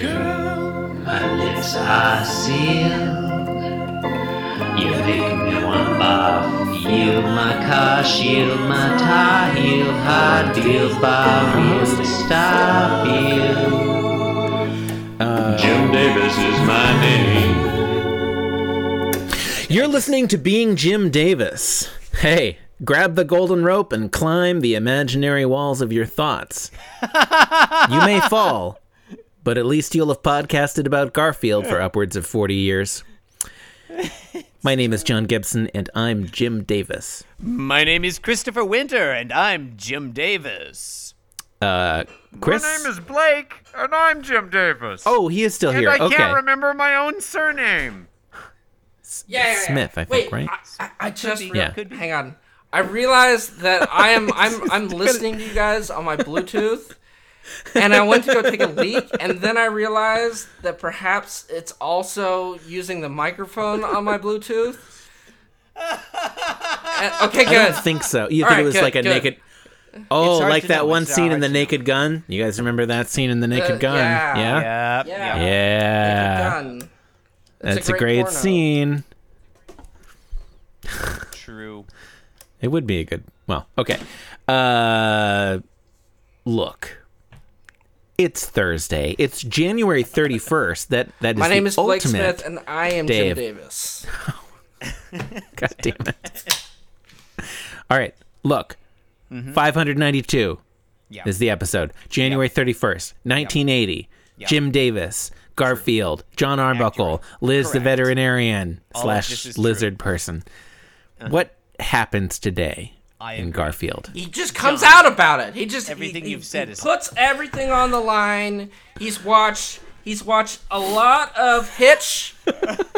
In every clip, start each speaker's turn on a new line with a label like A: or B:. A: Girl, my lips are sealed. You make me want barf. Yield my car, shield my tie heel, hard deals, bar wheels, stop you. Jim Davis is my name.
B: You're listening to Being Jim Davis. Hey, grab the golden rope and climb the imaginary walls of your thoughts. you may fall, but at least you'll have podcasted about Garfield for upwards of 40 years. My name is John Gibson, and I'm Jim Davis.
C: My name is Christopher Winter, and I'm Jim Davis.
B: Uh, Chris?
D: My name is Blake, and I'm Jim Davis.
B: oh, he is still
D: and
B: here.
D: I
B: okay.
D: can't remember my own surname.
E: Yeah, yeah, yeah.
B: Smith, I think,
E: Wait,
B: right?
E: I, I, I just
C: be,
E: re-
B: Yeah.
C: could be.
E: hang on. I realized that I am I'm I'm listening to you guys on my Bluetooth, and I went to go take a leak, and then I realized that perhaps it's also using the microphone on my Bluetooth. And-
B: I
E: okay, good.
B: don't think so. You think
E: right,
B: it was
E: good,
B: like a
E: good.
B: naked. Oh,
C: It's hard
B: like
C: to
B: that
C: know.
B: one
C: It's
B: scene in
C: hard
B: The
C: to know.
B: Naked Gun. You guys remember that scene in The Naked
E: Uh,
B: Gun?
E: yeah.
C: Yeah.
E: Yeah.
C: yeah.
B: Yeah.
E: Done.
B: That's a great,
E: porno.
B: scene.
C: True.
B: It would be a good. Well, okay. Uh look. It's Thursday. It's January 31st. That that is
E: My name
B: the
E: is Blake
B: ultimate.
E: Smith, and I am
B: Dave.
E: Jim Davis.
B: God damn it. All right. Look. 592
C: Mm-hmm. Yeah.
B: is the episode. January 31st, 1980. Jim Davis, Garfield, John Arbuckle, Liz the
C: Correct.
B: veterinarian
C: of this
B: slash
C: is true. Uh-huh.
B: lizard person. What happens today
C: I
B: in
C: agree.
B: Garfield?
E: He just comes out about it. He just he-
C: Everything
E: he-
C: you've said
E: he
C: is-
E: puts everything on the line. He's watched. He's watched a lot of Hitch.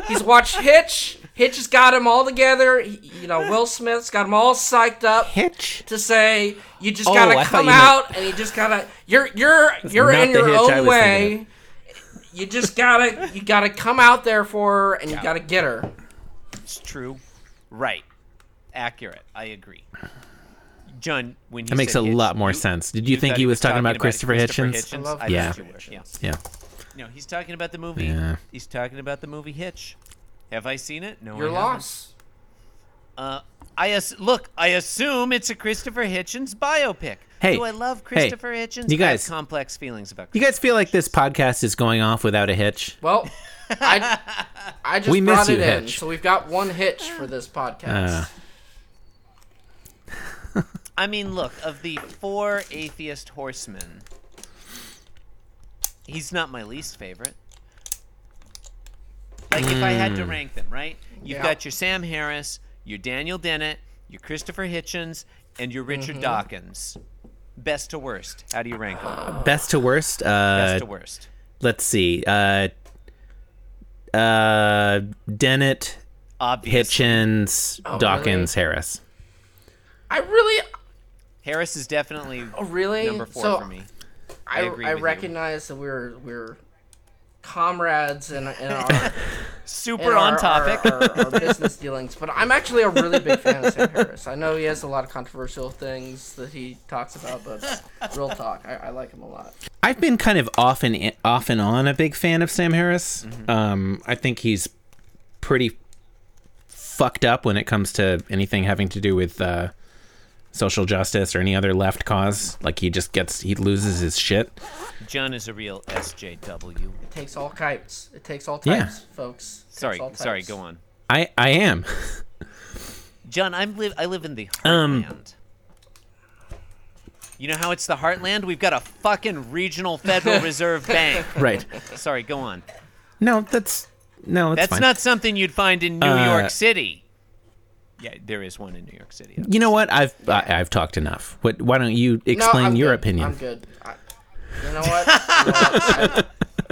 E: He's watched Hitch. Hitch has got him all together. He- you know, Will Smith's got him all psyched up
B: Hitch?
E: to say you just
B: Oh, I
E: gotta
B: thought
E: come
B: you meant-
E: out and you just gotta you're you're you're
B: not
E: in
B: the
E: your
B: Hitch I
E: own
B: was thinking
E: way. You just gotta you gotta come out there for her and you gotta get her.
C: It's true. Right. Accurate. I agree. John, when you
B: That makes
C: said
B: a
C: Hitch,
B: lot more sense. Did you, think
C: thought
B: he was talking, about Christopher, Hitchens?
C: Hitchens?
E: I love
C: I
B: Yeah.
C: thought you were, yeah.
B: Yeah.
C: No, he's talking about the movie.
B: Yeah.
C: He's talking about the movie Hitch. Have I seen it? No.
B: Oh,
E: You're
C: I haven't.
E: lost.
C: Uh, I ass- look. I assume it's a Christopher Hitchens biopic.
B: Hey,
C: do I love
B: hey,
C: Christopher Hitchens?
B: you
C: I have
B: guys-
C: complex feelings about.
B: You
C: Christopher.
B: guys feel like this podcast is going off without a hitch?
E: Well, I I just
B: We miss
E: brought
B: you,
E: it in,
B: Hitch.
E: so we've got one hitch for this podcast.
B: Uh,
C: I mean, look of the four atheist horsemen. He's not my least favorite. Like if I had to
B: Hmm.
C: rank them, right? You've
E: Yeah.
C: got your Sam Harris, your Daniel Dennett, your Christopher Hitchens, and your Richard
E: Mm-hmm.
C: Dawkins. Best to worst. How do you rank them?
B: best to worst. Uh,
C: Best to worst.
B: Let's see. Uh, uh, Dennett,
C: Obviously.
B: Hitchens,
E: Oh,
B: Dawkins, Harris.
E: I really,
C: Harris is definitely
E: oh, really,
C: number four
E: so
C: for me.
E: I,
C: I
E: I,
C: agree with you.
E: recognize that we're we're comrades in, in our in
C: Super
E: our-
C: on topic.
E: our, our, our business dealings, but I'm actually a really big fan of Sam Harris. I know he has a lot of controversial things that he talks about, but real talk, I, I like him a lot.
B: I've been kind of off and off and on a big fan of Sam Harris.
E: Mm-hmm.
B: Um, I think he's pretty fucked up when it comes to anything having to do with uh, social justice or any other left cause. Like he just gets he loses his shit.
C: John is a real SJW.
E: It takes all types. It takes all
B: Yeah.
E: types, folks. It takes
C: Sorry,
E: all
C: sorry,
E: types.
C: go on.
B: I I am.
C: John, I'm live I live in the heartland.
B: Um.
C: you know how it's the heartland? We've got a fucking regional Federal Reserve Bank.
B: right.
C: Sorry, go on.
B: No, that's no, that's,
C: That's
B: fine.
C: not something you'd find in New
B: Uh,
C: York City. Yeah, there is one in New York City.
B: You know what? I've I, I've talked enough. What? Why don't you explain
E: I'm
B: your
E: good.
B: opinion?
E: I'm good. I, you know what? You know what?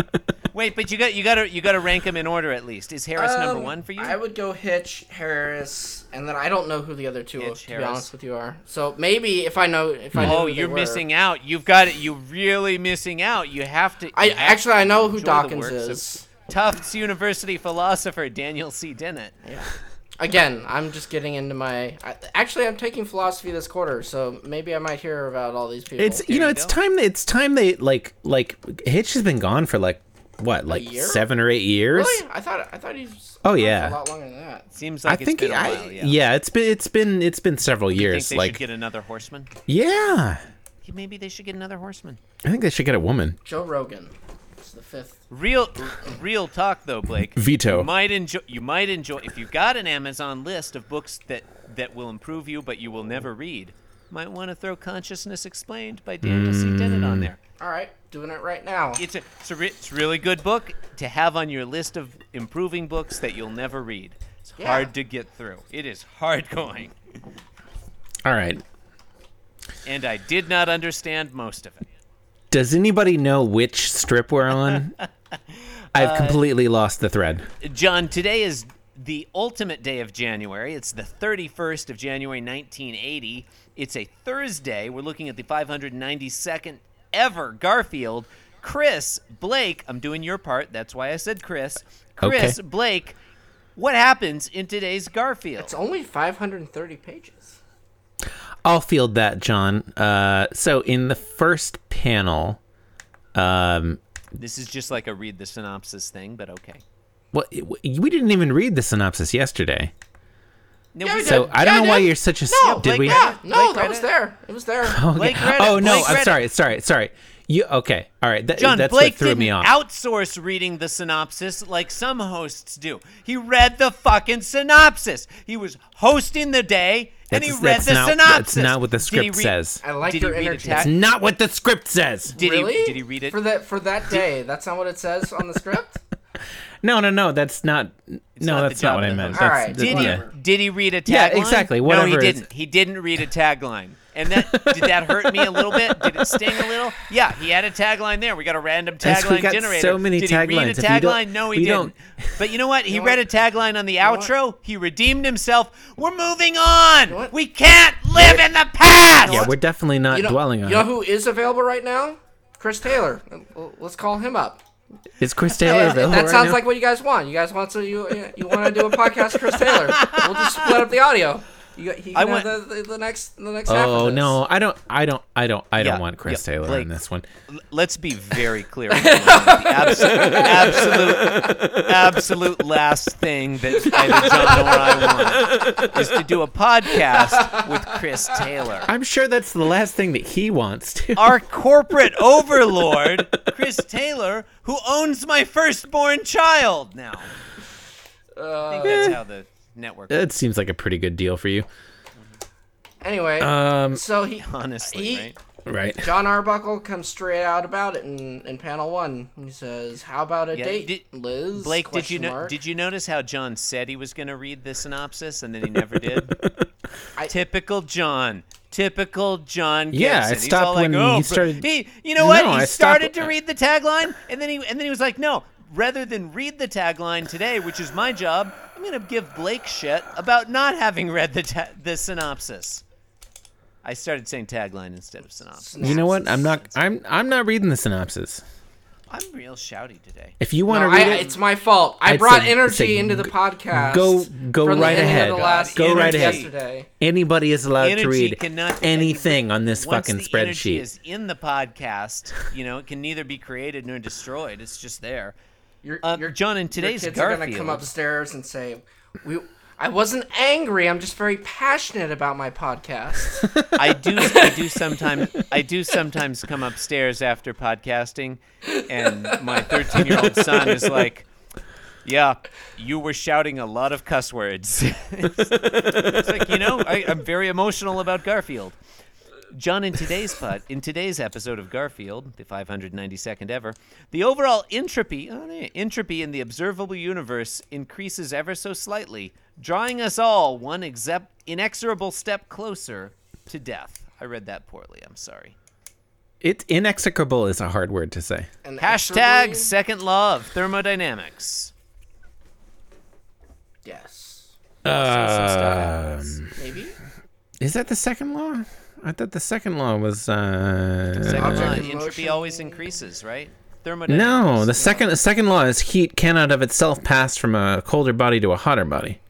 E: I-
C: Wait, but you got you got to you got to rank them in order at least. Is Harris number
E: Um,
C: 1 for you?
E: I would go Hitch, Harris, and then I don't know who the other two,
C: Hitch,
E: to
C: Harris.
E: be honest with you, are. So maybe if I know, if I know,
C: Oh, you're missing out. You've got it. You're really missing out. You have to.
E: I
C: you have
E: actually I know
C: enjoy
E: who
C: the
E: Dawkins
C: works of
E: is.
C: Tufts University philosopher Daniel C. Dennett.
E: Again, I'm just getting into my. I, actually, I'm taking philosophy this quarter, so maybe I might hear about all these people.
B: It's you know, it's time. It's time they like like Hitch has been gone for like what like
E: year?
B: seven or eight years.
E: really. I thought I thought he was.
B: Oh,
E: around for
B: yeah.
E: a lot longer than that.
C: Seems
B: I
C: like
B: think
C: it's been
B: I-
C: a while. Yeah.
B: it's been it's been it's been several
C: Think
B: years.
C: they
B: Like
C: should get another horseman.
B: yeah,
C: Maybe they should get another horseman.
B: I think they should get a woman.
E: Joe Rogan. It's the fifth.
C: Real, real talk though, Blake.
B: Veto.
C: You might enjoy. You might enjoy if you've got an Amazon list of books that that will improve you, but you will never read. Might want to throw Consciousness Explained by Daniel C. Dennett
B: Mm.
C: on there.
E: All right, doing it right now.
C: It's a it's a, re- it's a really good book to have on your list of improving books that you'll never read. It's
E: Yeah.
C: hard to get through. It is hard going,
B: All right.
C: and I did not understand most of it.
B: Does anybody know which strip we're on?
C: Uh,
B: I've completely lost the thread.
C: John, today is the ultimate day of January. It's the 31st of January 1980. It's a Thursday. We're looking at the 592nd ever Garfield. Chris, Blake, I'm doing your part. That's why I said Chris.
B: Okay.
C: Chris, Blake, what happens in today's Garfield?
E: It's only 530 pages.
B: I'll field that, John. Uh, so in the first panel, um,
C: this is just like a read the synopsis thing, but okay.
B: what we didn't even read the synopsis yesterday.
C: No,
E: Yeah, we
C: we-
E: did.
B: So I don't
E: Yeah,
B: know why
E: dude.
B: you're such a.
E: No,
B: did
C: like,
B: we?
E: Yeah, no,
C: Blake
E: that
C: read
E: was
C: it.
E: there. It was there.
B: Okay.
C: Blake read it.
B: Oh no,
C: Blake
B: I'm
C: read
B: sorry, sorry, sorry. You okay? All right, that,
C: John
B: that's
C: Blake
B: what threw
C: didn't
B: me off.
C: outsource reading the synopsis like some hosts do. He read the fucking synopsis. He was hosting the day and
B: That's-
C: he read
B: that's
C: the
B: not-
C: synopsis.
B: that's not what the
C: Did he
B: script
C: read-
B: says.
E: I like
C: did
E: your
C: he read
E: energy.
C: a text?
B: Not what the script says.
C: Did
E: really?
C: he did he read it?
E: for that for that day? That's not what it says on the script.
B: No, no, no. That's not. no,
C: not the
B: that's not
C: job
B: what
C: of
B: I
C: the
B: meant.
E: host.
B: That's,
E: All right,
B: that-
C: did he
B: yeah.
C: did he read a tagline?
B: Yeah, exactly,
C: no, he
B: whatever it is.
C: didn't. He didn't read a tagline. And that did that hurt me a little bit? Did it sting a little? Yeah, he had a tagline there. We got a random
B: Yes, we
C: tagline
B: got
C: generator.
B: so many
C: did he read
B: taglines.
C: a
B: If you don't-
C: tagline? No, he
B: we
C: didn't.
B: don't-
C: But you know what? He
E: know
C: read
E: what?
C: a tagline on the
E: know what?
C: outro. He redeemed himself. We're moving on.
E: what?
C: we can't live in the past.
B: Yeah, we're definitely not
E: You know,
B: dwelling on
E: you know
B: it.
E: who is available right now? Chris Taylor. L- Let's call him up.
B: Is Chris Taylor available?
E: that
B: right
E: sounds
B: now?
E: like what you guys want. You guys want so you you want to do a podcast, with Chris Taylor? We'll just split up the audio. You, got- he can
C: I
E: have
C: want-
E: the, the, the next the next. half
B: Oh
E: of this.
B: no, I don't. I don't. I don't. I
C: Yeah,
B: don't want Chris
C: yeah,
B: Taylor
C: Blake.
B: in this one.
C: Let's be very clear. on the absolute, absolute, absolute last thing that either John or I want is to do a podcast with Chris Taylor.
B: I'm sure that's the last thing that he wants to.
C: Our corporate overlord, Chris Taylor, who owns my firstborn child now. I think that's how the network
B: That seems like a pretty good deal for you.
E: Anyway,
B: Um,
E: so he
C: honestly,
E: he,
C: right?
B: right.
E: John Arbuckle comes straight out about it in, in panel one. He says, "How about a
C: Yeah,
E: date,
C: did-
E: Liz?"
C: Blake, did you
E: Question
C: know,
E: mark.
C: did you notice how John said he was going to read the synopsis and then he never did? Typical John. Typical John. Gibson.
B: Yeah, I
C: He's
B: stopped
C: all like,
B: when
C: "Oh,
B: you
C: but-"
B: started-
C: He, you know what?
B: No,
C: he
B: I stopped-
C: started to read the tagline and then he and then he was like, no. Rather than read the tagline today, which is my job, I'm going to give Blake shit about not having read the ta- the synopsis. I started saying tagline instead of synopsis.
B: You know what? I'm not. I'm. I'm not reading the synopsis.
C: I'm real shouty today.
B: If you want
E: No,
B: to read
E: I,
B: it,
E: it's my fault. I
B: I'd
E: brought
B: say-
E: energy
B: say
E: into the podcast.
B: go- go
E: from the
B: right
E: end of
B: ahead.
E: the last
B: Go right
E: interview
B: ahead.
E: Yesterday.
B: anybody is allowed
C: Energy
B: to read
C: cannot-
B: anything on this
C: Once
B: fucking
C: the energy
B: spreadsheet.
C: is in the podcast, you know, it can neither be created nor destroyed. It's just there.
E: Your,
C: Um,
E: your-
C: John, in
E: your
C: today's
E: kids are
C: Garfield,
E: gonna come upstairs and say, "We." I wasn't angry. I'm just very passionate about my podcast.
C: I do, I do sometimes, I do sometimes come upstairs after podcasting, and my 13 year old son is like, "Yeah, you were shouting a lot of cuss words." it's like you know, I, I'm very emotional about Garfield. John, in today's pod, in today's episode of Garfield, the 592nd ever, the overall entropy oh, yeah, entropy in the observable universe increases ever so slightly, drawing us all one except inexorable step closer to death. I read that poorly. I'm sorry.
B: It's inexorable is a hard word to say.
E: And
C: Hashtag
E: extra-
C: second law of thermodynamics.
E: Yes.
B: Uh,
E: Maybe.
B: is that the second law? I thought the second law was. Uh,
C: Second law,
E: Object of
C: entropy
E: motion.
C: always increases, right? Thermodynamics.
B: no, the second the second law is heat cannot of itself pass from a colder body to a hotter body.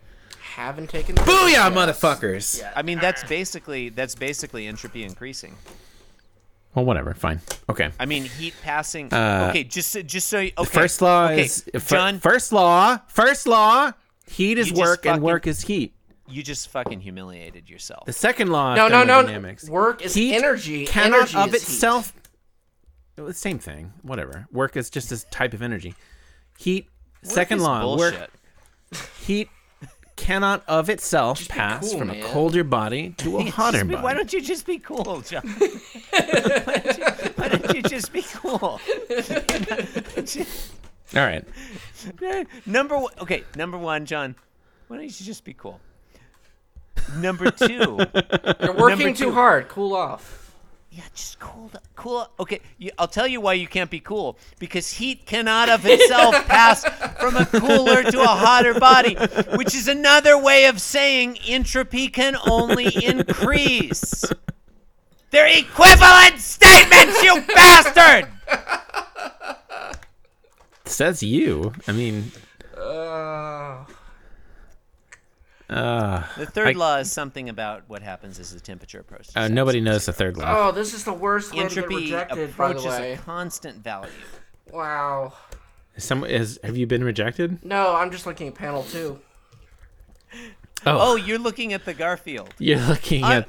E: haven't taken. the
B: Booyah,
E: test.
B: motherfuckers!
E: Yeah.
C: I mean, that's basically that's basically entropy increasing.
B: Well, whatever. Fine. Okay.
C: I mean, heat passing.
B: Uh,
C: okay, just so- just so you- okay.
B: First law
C: okay,
B: is fir-
C: John.
B: First law. First law. Heat is
C: You just
B: work, and
C: fucking-
B: work is heat.
C: you just fucking humiliated yourself.
B: The second law.
E: No,
B: of
E: no, no, no.
B: thermodynamics.
E: Work is
B: Heat
E: energy.
B: Cannot
E: energy
B: of
E: is heat.
B: itself. The Same thing. Whatever. Work is just a type of energy. Heat. second
C: This
B: law. Work.
C: bullshit.
B: Heat cannot of itself
E: be
B: pass
E: cool,
B: from a
E: man.
B: colder body to a hotter
C: Just be-
B: body.
C: why don't you just be cool, John? why, don't you, why don't you just be cool?
B: All right.
C: number one, okay, number one, John. Why don't you just be cool? Number two,
E: You're working
C: Number
E: too
C: two.
E: hard. Cool off.
C: yeah, just cool, the- cool. Okay, you, I'll tell you why you can't be cool. Because heat cannot of itself pass from a cooler to a hotter body, which is another way of saying entropy can only increase. They're equivalent statements, you bastard.
B: Says you. I mean.
E: Uh,
B: Uh,
C: The third
B: I-
C: law is something about what happens as the temperature approaches.
B: uh, nobody knows the third law.
E: oh, this is the worst one to get
C: Entropy
E: rejected. By the
C: approaches a
E: way,
C: constant value.
E: wow. Oh.
B: Is Some is. Have you been rejected?
E: No, I'm just looking at panel two.
C: Oh, you're looking at the Garfield.
B: You're looking
C: I-
B: at.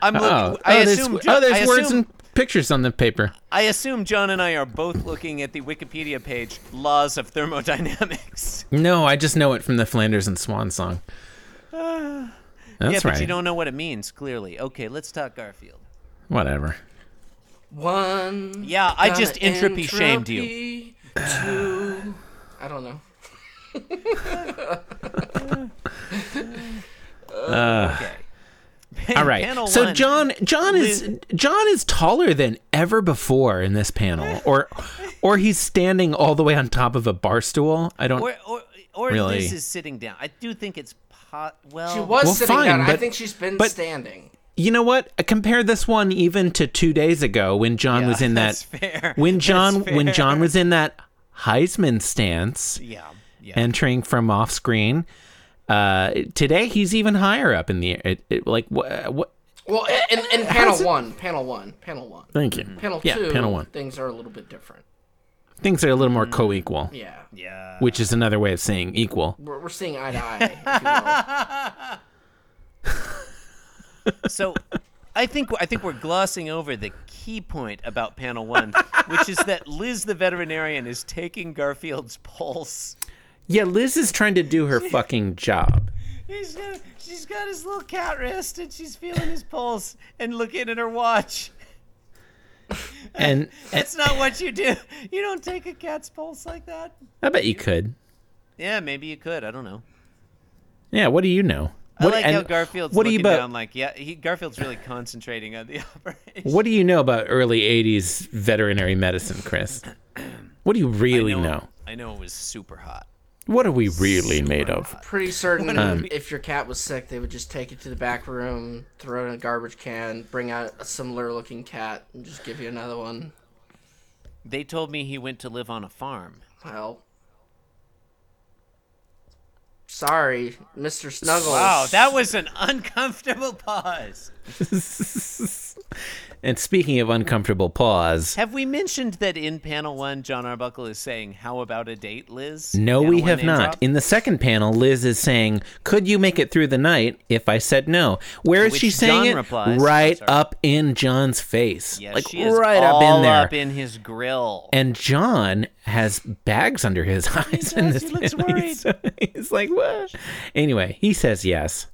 C: I'm looking.
B: Oh,
C: I
B: oh, there's,
C: assume. Jo-
B: oh, there's
C: I
B: words
C: assume,
B: and pictures on the paper.
C: I assume John and I are both looking at the Wikipedia page, laws of thermodynamics.
B: No, I just know it from the Flanders and Swan song. That's
C: Uh, yeah, but
B: right.
C: you don't know what it means clearly. Okay, let's talk Garfield.
B: Whatever.
E: One.
C: Yeah, I
E: gonna
C: just entropy shamed you.
E: entropy, Two. I don't know.
C: Okay.
B: All right.
C: Panel
B: so
C: one.
B: John, John is John is taller than ever before in this panel, or or he's standing all the way on top of a bar stool. I don't.
C: or or, or
B: Really?
C: this is sitting down. I do think it's pot. Well,
E: She was
B: Well,
E: sitting
B: fine,
E: down. I
B: but-
E: think she's been
B: but-
E: standing.
B: You know what? Compare this one even to two days ago when John was in that.
C: that's fair.
B: When John
C: That's
B: when
C: fair.
B: John was in that Heisman stance,
C: Yeah. Yeah.
B: entering from off screen. Uh, today he's even higher up in the air. It, it, like what? what
E: Well, a- in, in panel one, panel one, panel one,
B: Thank you.
E: panel
B: yeah,
E: two.
B: panel one.
E: Things are a little bit different.
B: Things are a little more co-equal,
E: Yeah,
C: Mm. yeah.
B: which is another way of saying equal.
E: we're, we're seeing eye to eye.
C: So I think I think we're glossing over the key point about panel one, which is that Liz the veterinarian is taking Garfield's pulse.
B: Yeah, Liz is trying to do her fucking job.
C: He's got, she's got his little cat wrist and she's feeling his pulse and looking at her watch.
B: And, and
C: That's not what you do. You don't take a cat's pulse like that.
B: I bet you could.
C: Yeah, maybe you could. I don't know.
B: Yeah, what do you know? What,
C: I like
B: and
C: how Garfield's
B: what do you
C: looking
B: about,
C: down like, yeah, he, Garfield's really concentrating on the operation.
B: What do you know about early 80s veterinary medicine, Chris? What do you really know?
C: I know it was super hot.
B: What are we really made of?
E: Pretty certain
B: Um,
E: if your cat was sick, they would just take it to the back room, throw it in a garbage can, bring out a similar looking cat, and just give you another one.
C: They told me he went to live on a farm.
E: Well, sorry, Mister Snuggles.
C: Wow, that was an uncomfortable pause.
B: And speaking of uncomfortable pause,
C: Have we mentioned that in panel one, John Arbuckle is saying, How about a date, Liz?
B: No,
C: Panel
B: we
C: one
B: have
C: name
B: not.
C: drop?
B: In the second panel, Liz is saying, "Could you make it through the night?" If I said no, where is
C: Which
B: she saying
C: John
B: it?
C: replies-
B: right
C: Sorry.
B: up in John's face,
C: yeah,
B: like
C: she is
B: right
C: all
B: up in there.
C: up in his grill.
B: and John has bags under his eyes. in
C: does.
B: this
C: He looks
B: panel. He's- he's like, "What?" Anyway, he says yes.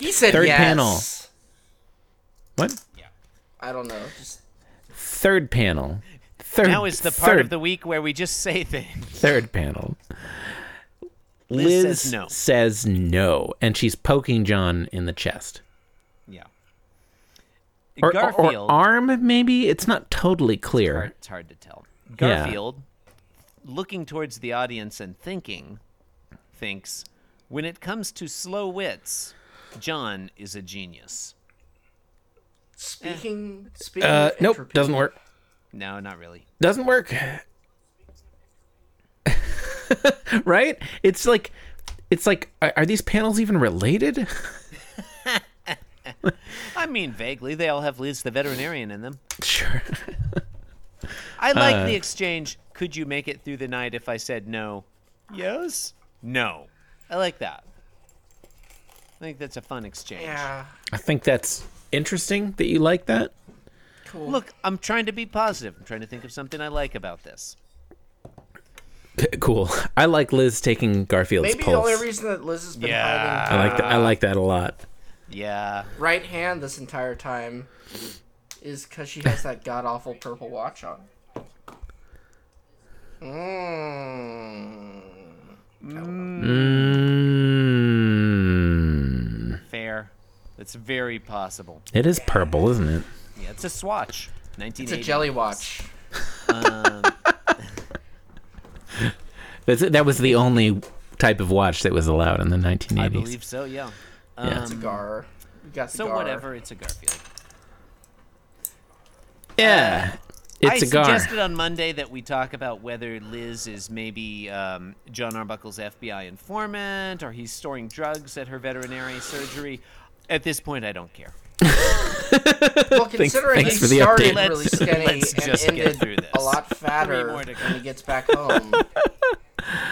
E: he said
B: Third
E: yes.
B: panel. What?
E: I don't know. Just
B: Third panel. Third.
C: now is the part
B: third,
C: of the week where we just say things.
B: third panel.
C: Liz
B: Liz
C: says no.
B: says no, and she's poking John in the chest.
C: Yeah.
B: or, or- or
C: Garfield.
B: arm maybe it's not totally
C: hard-
B: clear
C: it's hard to tell.
B: Yeah.
C: Garfield, looking towards the audience and thinking, thinks, When it comes to slow wits, John is a genius.
E: speaking. Speaking.
B: uh
E: of
B: nope
E: entropy-
B: doesn't work
C: No, not really.
B: doesn't work right it's like it's like, are, are these panels even related?
C: I mean, vaguely, they all have Liz the veterinarian in them.
B: sure.
C: I like the exchange. Could you make it through the night if I said no? Yes. No. I like that. I think that's a fun exchange.
E: Yeah.
B: I think that's interesting that you like that.
E: Cool.
C: Look, I'm trying to be positive. I'm trying to think of something I like about this.
B: C- cool. I like Liz taking Garfield's
E: Maybe the
B: pulse.
E: only reason that Liz has been
C: Yeah.
B: I like that. I like that a lot.
C: Yeah.
E: hiding right hand this entire time is because she has that god awful purple watch on. Mm.
B: Mm,
C: Fair. It's very possible.
B: it is purple, isn't it?
C: Yeah, it's a swatch. 1980.
E: It's a jelly watch.
B: That's it. That was the only type of watch that was allowed in the 1980s.
C: I believe so. Yeah.
B: Yeah.
E: It's a gar. We got the
C: So
E: gar.
C: whatever. It's a Garfield.
B: Yeah, it's
C: I
B: a gar.
C: suggested on Monday that we talk about whether Liz is maybe um, John Arbuckle's FBI informant or he's storing drugs at her veterinary surgery. At this point, I don't care.
E: Well, considering
B: thanks
E: he
B: for the
E: started
B: update.
E: really
C: Let's-
E: skinny
C: let's
E: and
C: just get
E: ended
C: through this.
E: a lot fatter
C: more to go.
E: when he gets back home,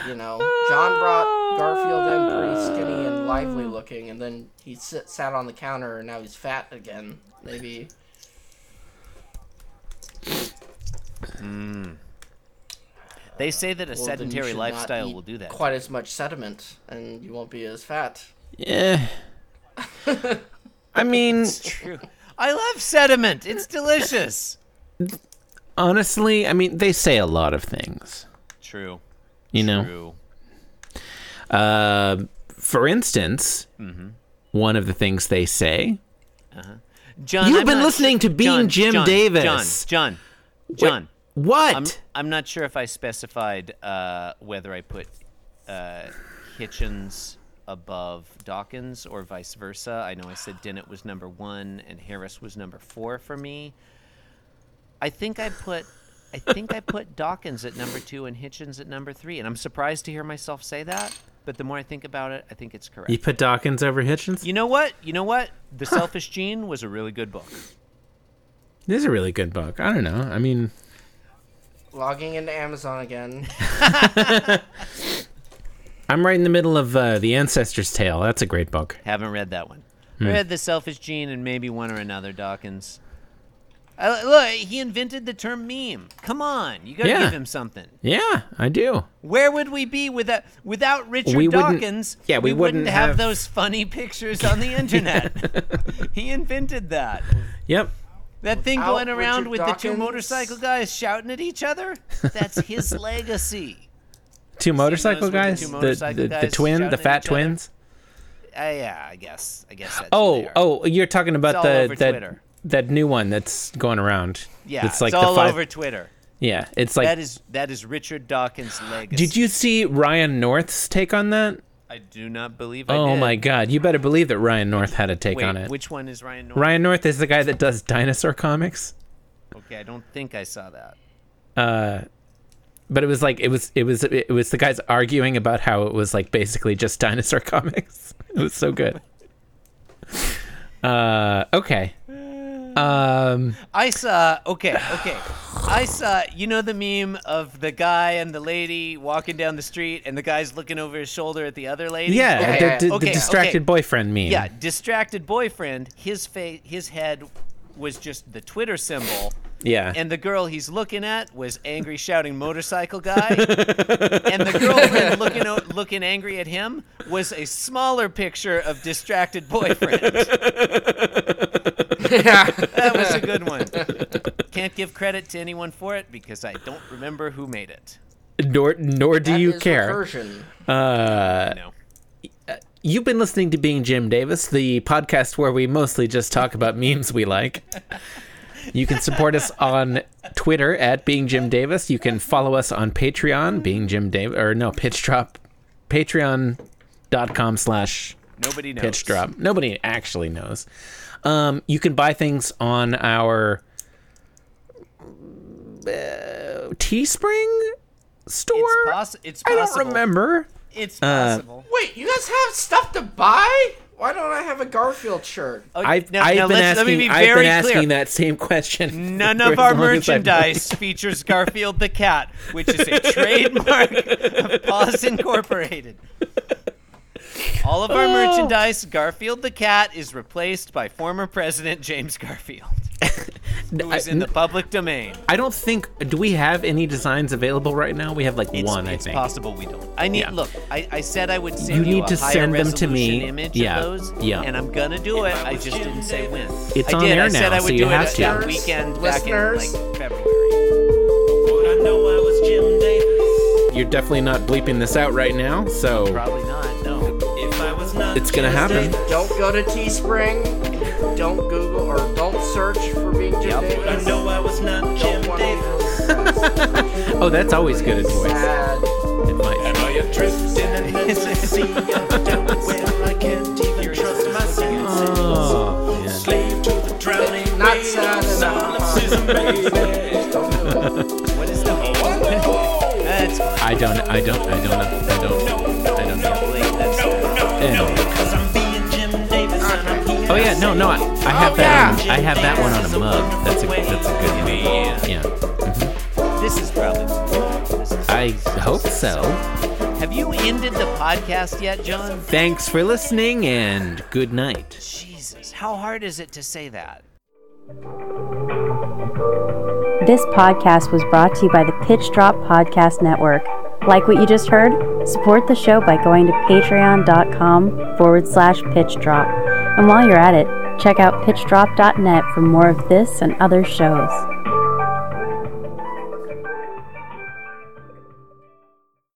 E: you know, John brought Garfield in pretty skinny and lively looking, and then he sit, sat on the counter, and now he's fat again. Maybe.
C: They say that a
E: well, then you
C: sedentary
E: should not
C: lifestyle
E: eat
C: will do that.
E: Quite as much sediment, and you won't be as fat.
B: yeah. Eh. I mean,
C: True. I love sediment. It's delicious.
B: honestly, I mean, they say a lot of things.
C: True.
B: You know.
C: True.
B: Uh, for instance,
C: Mm-hmm.
B: one of the things they say.
C: John,
B: You've
C: I'm
B: been
C: not
B: listening
C: sure-
B: to Being
C: John,
B: Jim
C: John,
B: Davis.
C: John, John, John.
B: What?
C: I'm, I'm not sure if I specified uh, whether I put uh, Hitchens above Dawkins or vice versa. I know I said Dennett was number one and Harris was number four for me. I think I put I think I put Dawkins at number two and Hitchens at number three, and I'm surprised to hear myself say that. But the more I think about it, I think it's correct.
B: you put Dawkins over Hitchens?
C: You know what? You know what? The Selfish Gene was a really good book.
B: This is a really good book. I don't know. I mean,
E: Logging into Amazon again.
B: I'm right in the middle of uh, The Ancestor's Tale. That's a great book.
C: Haven't read that one.
B: Hmm.
C: Read The Selfish Gene and maybe one or another Dawkins. I, look, he invented the term meme. Come on, you gotta
B: Yeah.
C: give him something.
B: Yeah, I do.
C: Where would we be without without Richard
B: We wouldn't-
C: Dawkins?
B: yeah, we wouldn't
C: have,
B: have-
C: those funny pictures on the internet. he invented that.
B: Yep.
C: That thing
E: Without
C: going around
E: Richard
C: with the two
E: Dawkins?
C: motorcycle guys shouting at each other. That's his legacy.
B: Two motorcycle
C: with the
B: guys,
C: two
B: the,
C: motorcycle
B: the, the
C: guys
B: twin,
C: shouting
B: the
C: at
B: fat
C: each other.
B: twins.
C: Uh, yeah, I guess. I guess that's. who
B: Oh,
C: they are.
B: oh, you're talking about
C: all
B: the
C: over
B: that
C: Twitter.
B: that new one that's going around.
C: yeah.
B: it's like the
C: all
B: five.
C: over Twitter.
B: Yeah, it's like.
C: That is that is Richard Dawkins' legacy.
B: did you see Ryan North's take on that?
C: I do not believe I
B: Oh
C: did.
B: my God! You better believe that Ryan North had a take
C: Wait,
B: on it.
C: which one is Ryan North?
B: Ryan North is the guy that does dinosaur comics.
C: Okay, I don't think I saw that.
B: But it was like it was it was it was the guys arguing about how it was like basically just dinosaur comics. It was so good. Uh okay. Um
C: I saw okay, okay. I saw you know the meme of the guy and the lady walking down the street and the guy's looking over his shoulder at the other lady?
B: yeah,
E: Yeah,
B: the,
E: yeah,
B: the- the
C: okay,
B: distracted
C: okay.
B: boyfriend meme.
C: Yeah, distracted boyfriend, his face his head was just the Twitter symbol.
B: Yeah.
C: And the girl he's looking at was angry, shouting motorcycle guy. and the girlfriend looking o- looking angry at him was a smaller picture of distracted boyfriend.
E: yeah.
C: That was a good one. Can't give credit to anyone for it because I don't remember who made it.
B: nor nor do
E: That
B: you
E: is
B: care. Uh,
E: recursion.
C: no.
B: You've been listening to Being Jim Davis, the podcast where we mostly just talk about memes we like. You can support us on Twitter at Being Jim Davis. You can follow us on Patreon, Being Jim Davis, or no, Pitch Drop, patreon.com slash
C: Nobody knows.
B: Pitch Drop. Nobody actually knows. Um, you can buy things on our uh, Teespring store?
C: It's, poss- it's
B: I
C: possible.
B: don't remember. Uh,
C: It's possible.
E: Wait, you guys have stuff to buy? Why don't I have a Garfield shirt?
C: Oh,
B: I've,
C: now-
B: I've
C: now
B: been
C: let's- let me
B: asking,
C: be
B: I've
C: very
B: been asking
C: clear.
B: that same question.
C: None
B: for
C: of
B: as
C: our
B: long as I've known
C: merchandise features Garfield the cat, which is a trademark of Paws Incorporated. All of our
B: Oh.
C: merchandise, Garfield the cat, is replaced by former President James Garfield, who is in the public domain.
B: I don't think. Do we have any designs available right now? We have like
C: It's,
B: one,
C: it's
B: I think.
C: possible we don't. I need
B: Yeah.
C: look. I, I said I would send
B: You
C: you,
B: need to
C: a higher
B: send them to me.
C: resolution Image
B: Yeah.
C: of those,
B: Yeah.
C: and I'm gonna do it. I just didn't say when.
B: It's
C: I
B: on
C: did.
B: air
C: I said
B: now,
C: I would
B: so you
C: do
B: have
C: it
B: to.
C: at that weekend back in
E: Listeners.
C: like February.
B: You're definitely not bleeping this out right now, so
C: Probably not. No.
B: it's gonna happen.
E: Don't go to Teespring. and Don't Google or don't search for being Jim Davis. I know I was not Jim Davis.
B: Oh, that's always good advice.
E: Sad.
B: It might. Oh, man.
E: Not sad enough. Don't do it.
C: What is the That's
B: I don't. I don't. I don't. I don't. I don't know.
C: like that's
B: Anyway. Oh yeah. No. No. I, I have
E: Oh,
B: that.
E: yeah.
B: On, I have that one on a mug. That's a. That's a good one.
C: yeah.
B: Yeah.
C: This is probably. This is,
B: I hope so.
C: have you ended the podcast yet, John?
B: Thanks for listening and good night.
C: Jesus, how hard is it to say that?
F: This podcast was brought to you by the Pitch Drop Podcast Network. Like what you just heard? Support the show by going to patreon.com forward slash pitch drop. And while you're at it, check out pitchdrop.net for more of this and other shows.